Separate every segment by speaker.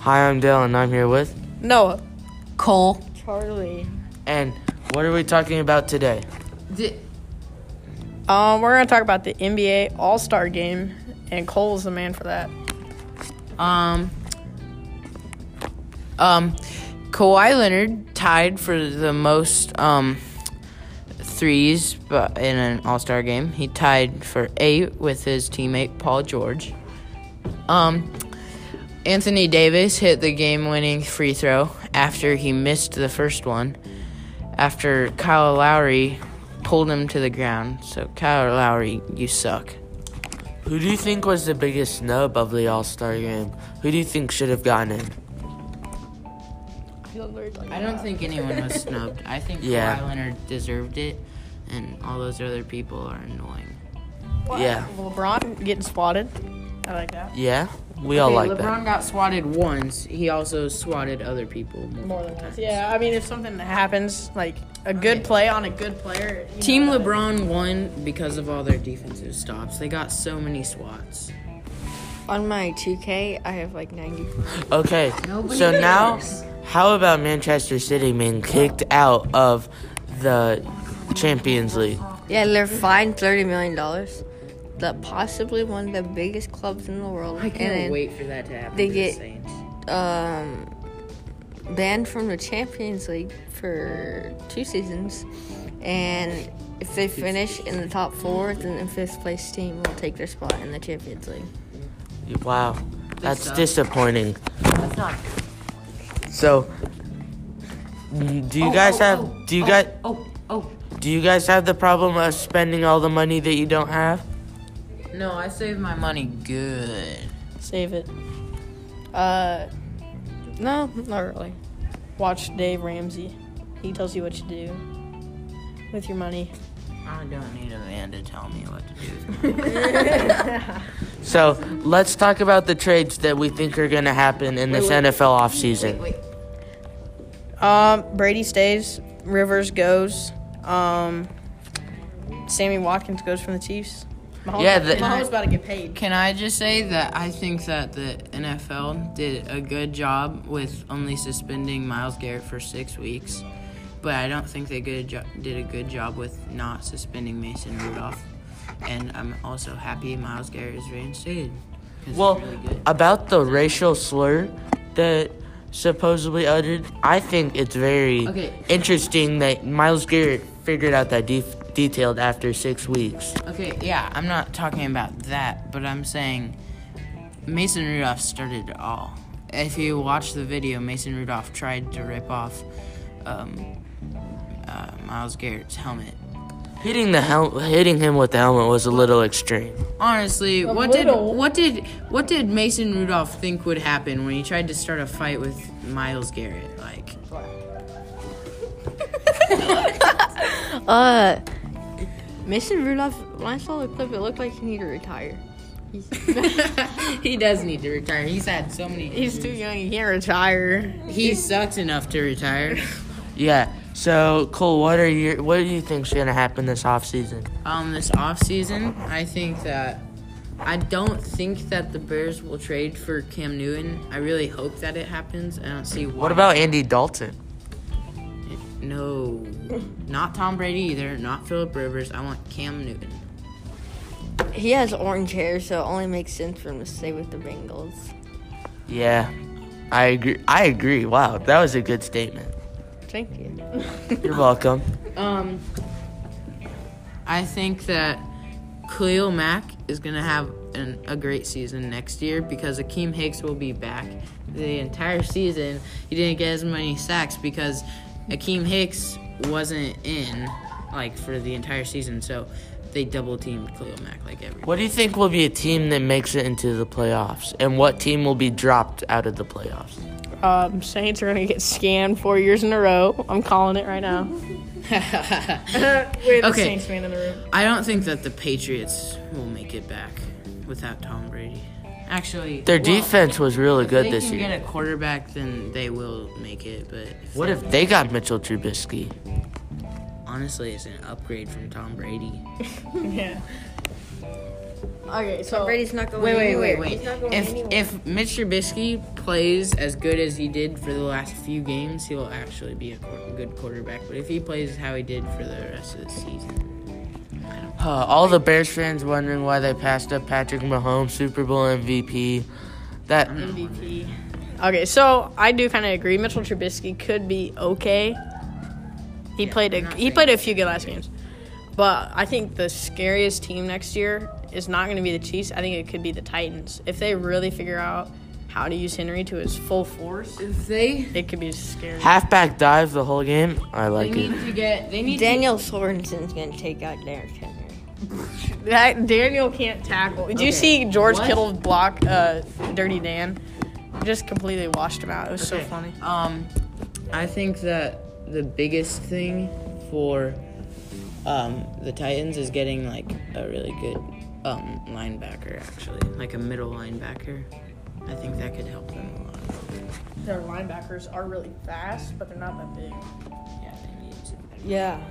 Speaker 1: Hi, I'm Dale, and I'm here with.
Speaker 2: Noah.
Speaker 3: Cole.
Speaker 4: Charlie.
Speaker 1: And what are we talking about today?
Speaker 3: D-
Speaker 2: Um, we're gonna talk about the NBA All Star Game, and Cole is the man for that.
Speaker 3: um. Um, Kawhi Leonard tied for the most um threes but in an All Star game. He tied for eight with his teammate Paul George. Um, Anthony Davis hit the game winning free throw after he missed the first one. After Kyle Lowry pulled him to the ground. So Kyle Lowry, you suck.
Speaker 1: Who do you think was the biggest snub of the All Star game? Who do you think should have gotten in?
Speaker 3: I don't think anyone was snubbed. I think
Speaker 1: Yeah.
Speaker 3: Kawhi Leonard deserved it, and all those other people are annoying.
Speaker 1: Yeah.
Speaker 2: LeBron getting swatted. I like that.
Speaker 1: Yeah? We all like
Speaker 3: LeBron got swatted once. He also swatted other people
Speaker 2: More than once. Yeah, I mean, if something happens, like a good play on a good player. you
Speaker 3: Team
Speaker 2: know,
Speaker 3: LeBron won because of all their defensive stops. They got so many swats.
Speaker 4: On my 2K, I have like 90.
Speaker 1: that. Okay, so now, how about Manchester City being kicked out of the Champions League?
Speaker 4: Yeah, they're fined $30 million. That possibly one of the biggest clubs in the world.
Speaker 3: I can't
Speaker 4: and
Speaker 3: wait for that to happen.
Speaker 4: they
Speaker 3: to
Speaker 4: get-
Speaker 3: the Saints.
Speaker 4: um, banned from the Champions League for two seasons, and if they finish in the top four, then the fifth place team will take their spot in the Champions League.
Speaker 1: Wow, that's
Speaker 3: suck.
Speaker 1: disappointing. So, do you guys have do you guys
Speaker 3: Oh, oh.
Speaker 1: do you guys have the problem of spending all the money that you don't have?
Speaker 3: No, I saved my money good.
Speaker 2: Save it. Uh, no, not really. Watch Dave Ramsey. He tells you what to do with your money.
Speaker 3: I don't need a man to tell me what to do.
Speaker 1: So let's talk about the trades that we think are going to happen in this NFL offseason.
Speaker 2: Um, Brady stays. Rivers goes. Um, Sammy Watkins goes from the Chiefs. Mahomes,
Speaker 1: Yeah, the-
Speaker 2: Mahomes about to get paid.
Speaker 3: Can I just say that I think that the NFL did a good job with only suspending Miles Garrett for six weeks, but I don't think they good jo- did a good job with not suspending Mason Rudolph. And I'm also happy Miles Garrett is reinstated. 'cause he's
Speaker 1: Well,
Speaker 3: really good.
Speaker 1: about the racial slur that supposedly uttered, I think it's very
Speaker 3: Okay.
Speaker 1: interesting that Miles Garrett figured out that de- detailed after six weeks.
Speaker 3: okay, yeah, I'm not talking about that, but I'm saying Mason Rudolph started it all. If you watch the video, Mason Rudolph tried to rip off um, uh, Miles Garrett's helmet.
Speaker 1: Hitting the hel- hitting him with the helmet was a little extreme.
Speaker 3: Honestly, what
Speaker 2: little.
Speaker 3: did what did what did Mason Rudolph think would happen when he tried to start a fight with Miles Garrett? Like,
Speaker 4: Uh, Mason Rudolph. When I saw the clip, it looked like he needed to retire.
Speaker 3: he does need to retire. He's had so many.
Speaker 2: He's too young. He can't retire.
Speaker 3: He sucks enough to retire.
Speaker 1: Yeah. So Cole, what are your what do you think's going to happen this offseason?
Speaker 3: Um, this offseason, I think that I don't think that the Bears will trade for Cam Newton. I really hope that it happens. I don't see why.
Speaker 1: What about Andy Dalton?
Speaker 3: no? Not Tom Brady either. Not Philip Rivers. I want Cam Newton.
Speaker 4: He has orange hair, so it only makes sense for him to stay with the Bengals.
Speaker 1: Yeah. I agree. I agree. Wow, that was a good statement.
Speaker 4: Thank you.
Speaker 1: You're welcome.
Speaker 3: Um, I think that Cleo Mack is going to have an, a great season next year because Akeem Hicks will be back the entire season. He didn't get as many sacks because Akeem Hicks wasn't in like for the entire season, so they double teamed Cleo Mack like every.
Speaker 1: What do you think will be a team that makes it into the playoffs? And what team will be dropped out of the playoffs?
Speaker 2: Um, Saints are gonna get scanned four years in a row. I'm calling it right now. Uh, We're the
Speaker 3: Okay.
Speaker 2: Saints fan in the room.
Speaker 3: I don't think that the Patriots will make it back without Tom Brady. Actually,
Speaker 1: Their
Speaker 3: well,
Speaker 1: defense was really
Speaker 3: if
Speaker 1: good
Speaker 3: they
Speaker 1: this
Speaker 3: can
Speaker 1: year.
Speaker 3: get a quarterback, then they will make it. But if
Speaker 1: what if they got Mitchell Trubisky?
Speaker 3: honestly it's an upgrade from Tom Brady.
Speaker 2: Yeah. Okay, so
Speaker 4: Brady's not going
Speaker 3: Wait, wait, wait,
Speaker 4: anywhere.
Speaker 3: wait.
Speaker 4: He's not going
Speaker 3: If
Speaker 4: anywhere.
Speaker 3: if Mitch Trubisky plays as good as he did for the last few games, he'll actually be a quar- good quarterback. But if he plays how he did for the rest of the season,
Speaker 1: Uh, all the Bears fans wondering why they passed up Patrick Mahomes, Super Bowl MVP. That
Speaker 3: Mm.
Speaker 2: MVP. Okay, so I do kind of agree. Mitchell Trubisky could be okay. He played a he played a few good last games, but I think the scariest team next year is not going to be the Chiefs. I think it could be the Titans if they really figure out how to use Henry to his full force.
Speaker 3: if they
Speaker 2: It could be scary.
Speaker 1: halfback dive the whole game. I
Speaker 3: they
Speaker 1: like
Speaker 3: need
Speaker 1: it.
Speaker 3: to get they need
Speaker 4: Daniel Sorensen's gonna take out Derrick Henry.
Speaker 2: That Daniel can't tackle. Did you
Speaker 3: Okay,
Speaker 2: see George
Speaker 3: what?
Speaker 2: Kittle's block? Uh, Dirty Dan just completely washed him out. It was so funny.
Speaker 3: Um, I think that the biggest thing for um, the Titans is getting like a really good um, linebacker, actually, like a middle linebacker. I think that could help them a lot.
Speaker 2: Their linebackers are really fast, but they're not that big.
Speaker 3: Yeah, they need to.
Speaker 4: Yeah.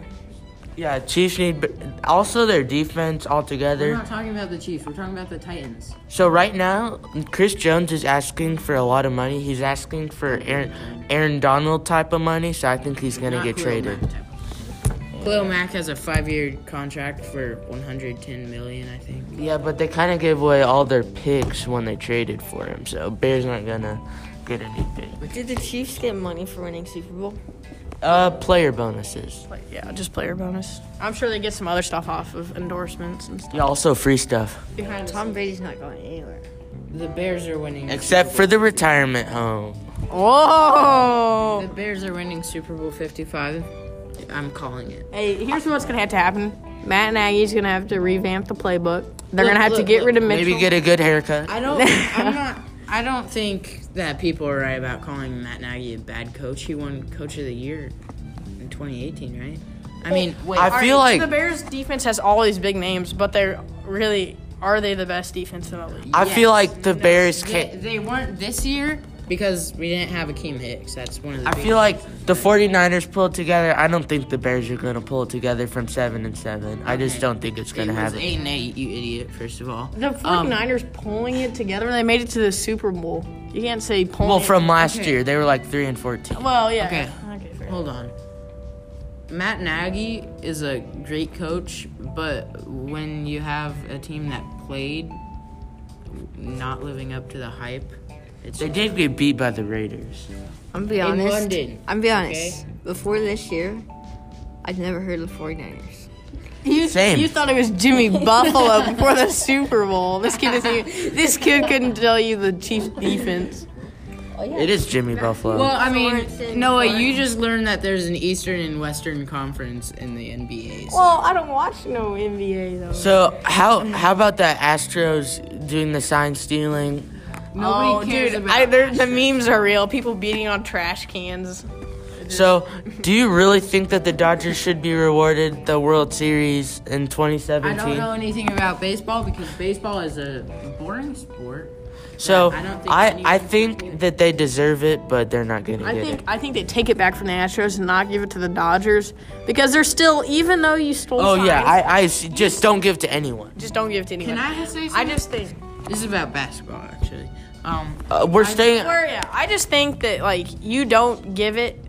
Speaker 1: Yeah, Chiefs need. Also, their defense altogether.
Speaker 3: We're not talking about the Chiefs. We're talking about the Titans.
Speaker 1: So right now, Chris Jones is asking for a lot of money. He's asking for Aaron, Aaron Donald type of money. So I think he's gonna
Speaker 3: Not
Speaker 1: get
Speaker 3: Khalil
Speaker 1: traded.
Speaker 3: Mack type of- Khalil Mack has a five-year contract for 110 million, I think.
Speaker 1: Yeah, but they kind of gave away all their picks when they traded for him. So Bears aren't gonna get anything.
Speaker 4: Did the Chiefs get money for winning Super Bowl?
Speaker 1: Uh, player bonuses.
Speaker 2: Like, yeah, just player bonus. I'm sure they get some other stuff off of endorsements and stuff.
Speaker 1: Yeah, also free stuff.
Speaker 2: Behind
Speaker 4: Tom Brady's not going anywhere.
Speaker 3: The Bears are winning.
Speaker 1: Except for the retirement home.
Speaker 2: Whoa!
Speaker 3: The
Speaker 2: Oh!
Speaker 3: Bears are winning Super Bowl 55. I'm calling it.
Speaker 2: Hey, here's what's gonna have to happen. Matt Nagy's gonna have to revamp the playbook. They're
Speaker 3: Look,
Speaker 2: gonna have to
Speaker 3: look,
Speaker 2: get
Speaker 3: look.
Speaker 2: rid of Mitchell.
Speaker 1: Maybe get a good haircut.
Speaker 3: I don't. I'm not. I don't think that people are right about calling Matt Nagy a bad coach. He won Coach of the Year in 2018, right? I mean, wait.
Speaker 1: I feel like
Speaker 2: Alright, so the Bears defense has all these big names, but they're really are they the best defense in the league?
Speaker 1: I feel
Speaker 3: yes.
Speaker 1: like the Bears
Speaker 3: they,
Speaker 1: can't.
Speaker 3: they weren't this year because we didn't have Akeem Hicks. That's one of the.
Speaker 1: I
Speaker 3: big-
Speaker 1: feel like the 49ers pulled together. I don't think the Bears are gonna pull it together from seven and seven. I just
Speaker 3: Okay.
Speaker 1: don't think it's
Speaker 3: it
Speaker 1: gonna
Speaker 3: was
Speaker 1: happen.
Speaker 3: eight and eight. You idiot! First of all, Um,
Speaker 2: The
Speaker 1: Um,
Speaker 2: 49ers pulling it together. They made it to the Super Bowl. You can't say pulling.
Speaker 1: Well,
Speaker 2: it-
Speaker 1: from last
Speaker 3: Okay.
Speaker 1: year, they were like three and fourteen.
Speaker 2: well, yeah.
Speaker 3: Okay.
Speaker 2: Okay. fair.
Speaker 3: Hold on. Matt Nagy is a great coach, but when you have a team that played not living up to the hype, it's
Speaker 1: They did get beat by the Raiders.
Speaker 4: I'm be
Speaker 3: In
Speaker 4: honest.
Speaker 3: London,
Speaker 4: I'm be honest. Before this year, I'd never heard of the 49ers.
Speaker 2: You,
Speaker 1: Same.
Speaker 2: you thought it was Jimmy Buffalo before the Super Bowl. This kid isn't even- this kid couldn't tell you the Chiefs defense.
Speaker 1: It is Jimmy Buffalo.
Speaker 3: Well, I mean,
Speaker 4: Sorensen,
Speaker 3: Noah, you
Speaker 4: Sorensen.
Speaker 3: just learned that there's an Eastern and Western Conference in the NBA. So.
Speaker 2: Well, I don't watch no NBA though.
Speaker 1: so how how about the Astros doing the sign stealing?
Speaker 2: oh,
Speaker 3: Nobody cares
Speaker 2: dude,
Speaker 3: about
Speaker 2: I, they're- the memes are real. People beating on trash cans.
Speaker 1: So do you really think that the Dodgers should be rewarded the World Series in
Speaker 3: I don't
Speaker 1: 2017?
Speaker 3: know anything about baseball because baseball is a boring sport.
Speaker 1: So
Speaker 3: I don't think
Speaker 1: I
Speaker 3: anyone
Speaker 1: I
Speaker 3: should
Speaker 1: think
Speaker 3: either.
Speaker 1: that they deserve it, but they're not gonna
Speaker 2: I
Speaker 1: get
Speaker 2: think
Speaker 1: it.
Speaker 2: I think they take it back from the Astros and not give it to the Dodgers because they're still even though you stole.
Speaker 1: Oh yeah,
Speaker 2: signs,
Speaker 1: I I s- just don't give to anyone.
Speaker 2: just don't give it to anyone.
Speaker 3: Can I just say
Speaker 2: I
Speaker 3: something?
Speaker 2: just think.
Speaker 3: this is about basketball actually. Um,
Speaker 1: Uh, we're staying.
Speaker 2: Or, yeah, I just think that like you don't give it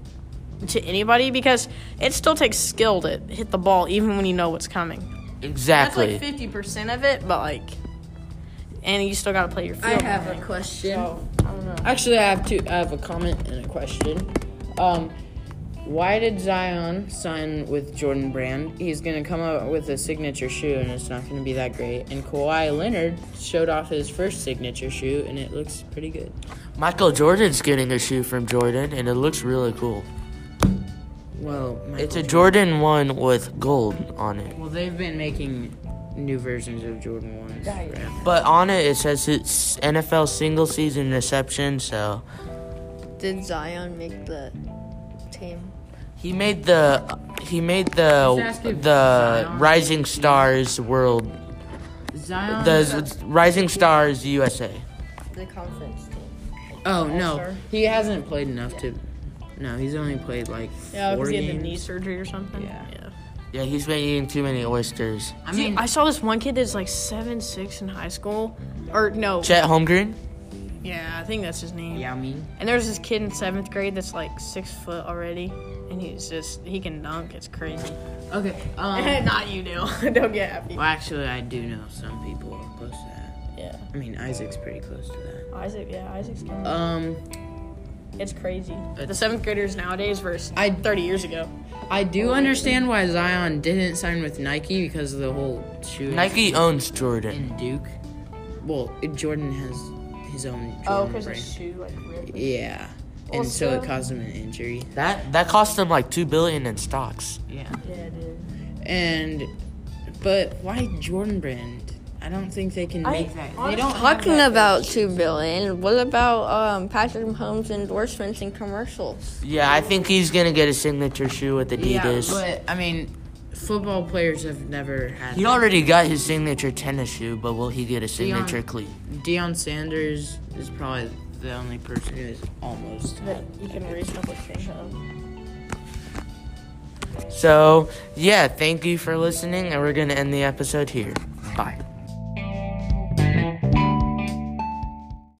Speaker 2: to anybody because it still takes skill to hit the ball even when you know what's coming. That's
Speaker 1: Exactly.
Speaker 2: like fifty percent of it, but like, and you still gotta play your field.
Speaker 3: a question. Actually, I have two. I have a comment and a question. Um, why did Zion sign with Jordan Brand? He's gonna come out with a signature shoe, and it's not gonna be that great. And Kawhi Leonard showed off his first signature shoe, and it looks pretty good.
Speaker 1: Michael Jordan's getting a shoe from Jordan, and it looks really cool.
Speaker 3: Well, Michael,
Speaker 1: It's a Jordan one with gold on it.
Speaker 3: well, they've been making new versions of Jordan ones. forever.
Speaker 1: But on it, it says it's NFL single season reception, so
Speaker 4: Did Zion make the team?
Speaker 1: he made the he made the
Speaker 3: Just ask if
Speaker 1: the
Speaker 3: Zion-
Speaker 1: Rising Stars World
Speaker 3: Zion.
Speaker 1: the Z- Rising Stars USA.
Speaker 4: The conference team.
Speaker 3: oh no,
Speaker 2: All-Star?
Speaker 3: he hasn't played enough to. No, he's only played like
Speaker 2: Yeah,
Speaker 3: four
Speaker 2: because he had the
Speaker 3: games.
Speaker 2: knee surgery or something.
Speaker 3: Yeah.
Speaker 2: yeah.
Speaker 1: Yeah, he's been eating too many oysters.
Speaker 3: I
Speaker 2: Dude,
Speaker 3: mean,
Speaker 2: I saw this one kid that's like seven six in high school, or no,
Speaker 1: Chet Holmgren?
Speaker 2: yeah, I think that's his name.
Speaker 3: yeah, I mean,
Speaker 2: And there's this kid in seventh grade that's like six foot already, and he's just he can dunk. It's crazy.
Speaker 3: okay. Um,
Speaker 2: Not you, Neil. Don't get happy.
Speaker 3: well, actually, I do know some people are close to that.
Speaker 2: Yeah,
Speaker 3: I mean, Isaac's pretty close to that.
Speaker 2: Isaac. Yeah, Isaac's. Kind
Speaker 3: Um,
Speaker 2: it's crazy. the seventh graders nowadays versus I,
Speaker 3: I-
Speaker 2: 30 years ago.
Speaker 3: I do understand why Zion didn't sign with Nike because of the whole shoe.
Speaker 1: Nike owns Jordan.
Speaker 3: and Duke. Well, Jordan has his own. Jordan
Speaker 2: Oh, because
Speaker 3: brand.
Speaker 2: his shoe like ripped.
Speaker 3: Yeah. And so it caused him an injury.
Speaker 1: That that cost them like two billion in stocks.
Speaker 3: Yeah.
Speaker 2: Yeah, dude.
Speaker 3: And but why Jordan brand? I don't think they can make that. They don't
Speaker 4: Talking about two billion, what about um, Patrick Mahomes' endorsements and commercials?
Speaker 1: Yeah, I think he's gonna get a signature shoe with Adidas.
Speaker 3: but I mean, football players have never had.
Speaker 1: he already got his signature tennis shoe, but will he get a signature cleat?
Speaker 3: Deion Sanders is probably the only person who has almost
Speaker 2: That
Speaker 3: had.
Speaker 2: you can reasonably think of.
Speaker 1: So yeah, thank you for listening, and we're gonna end the episode here. Bye.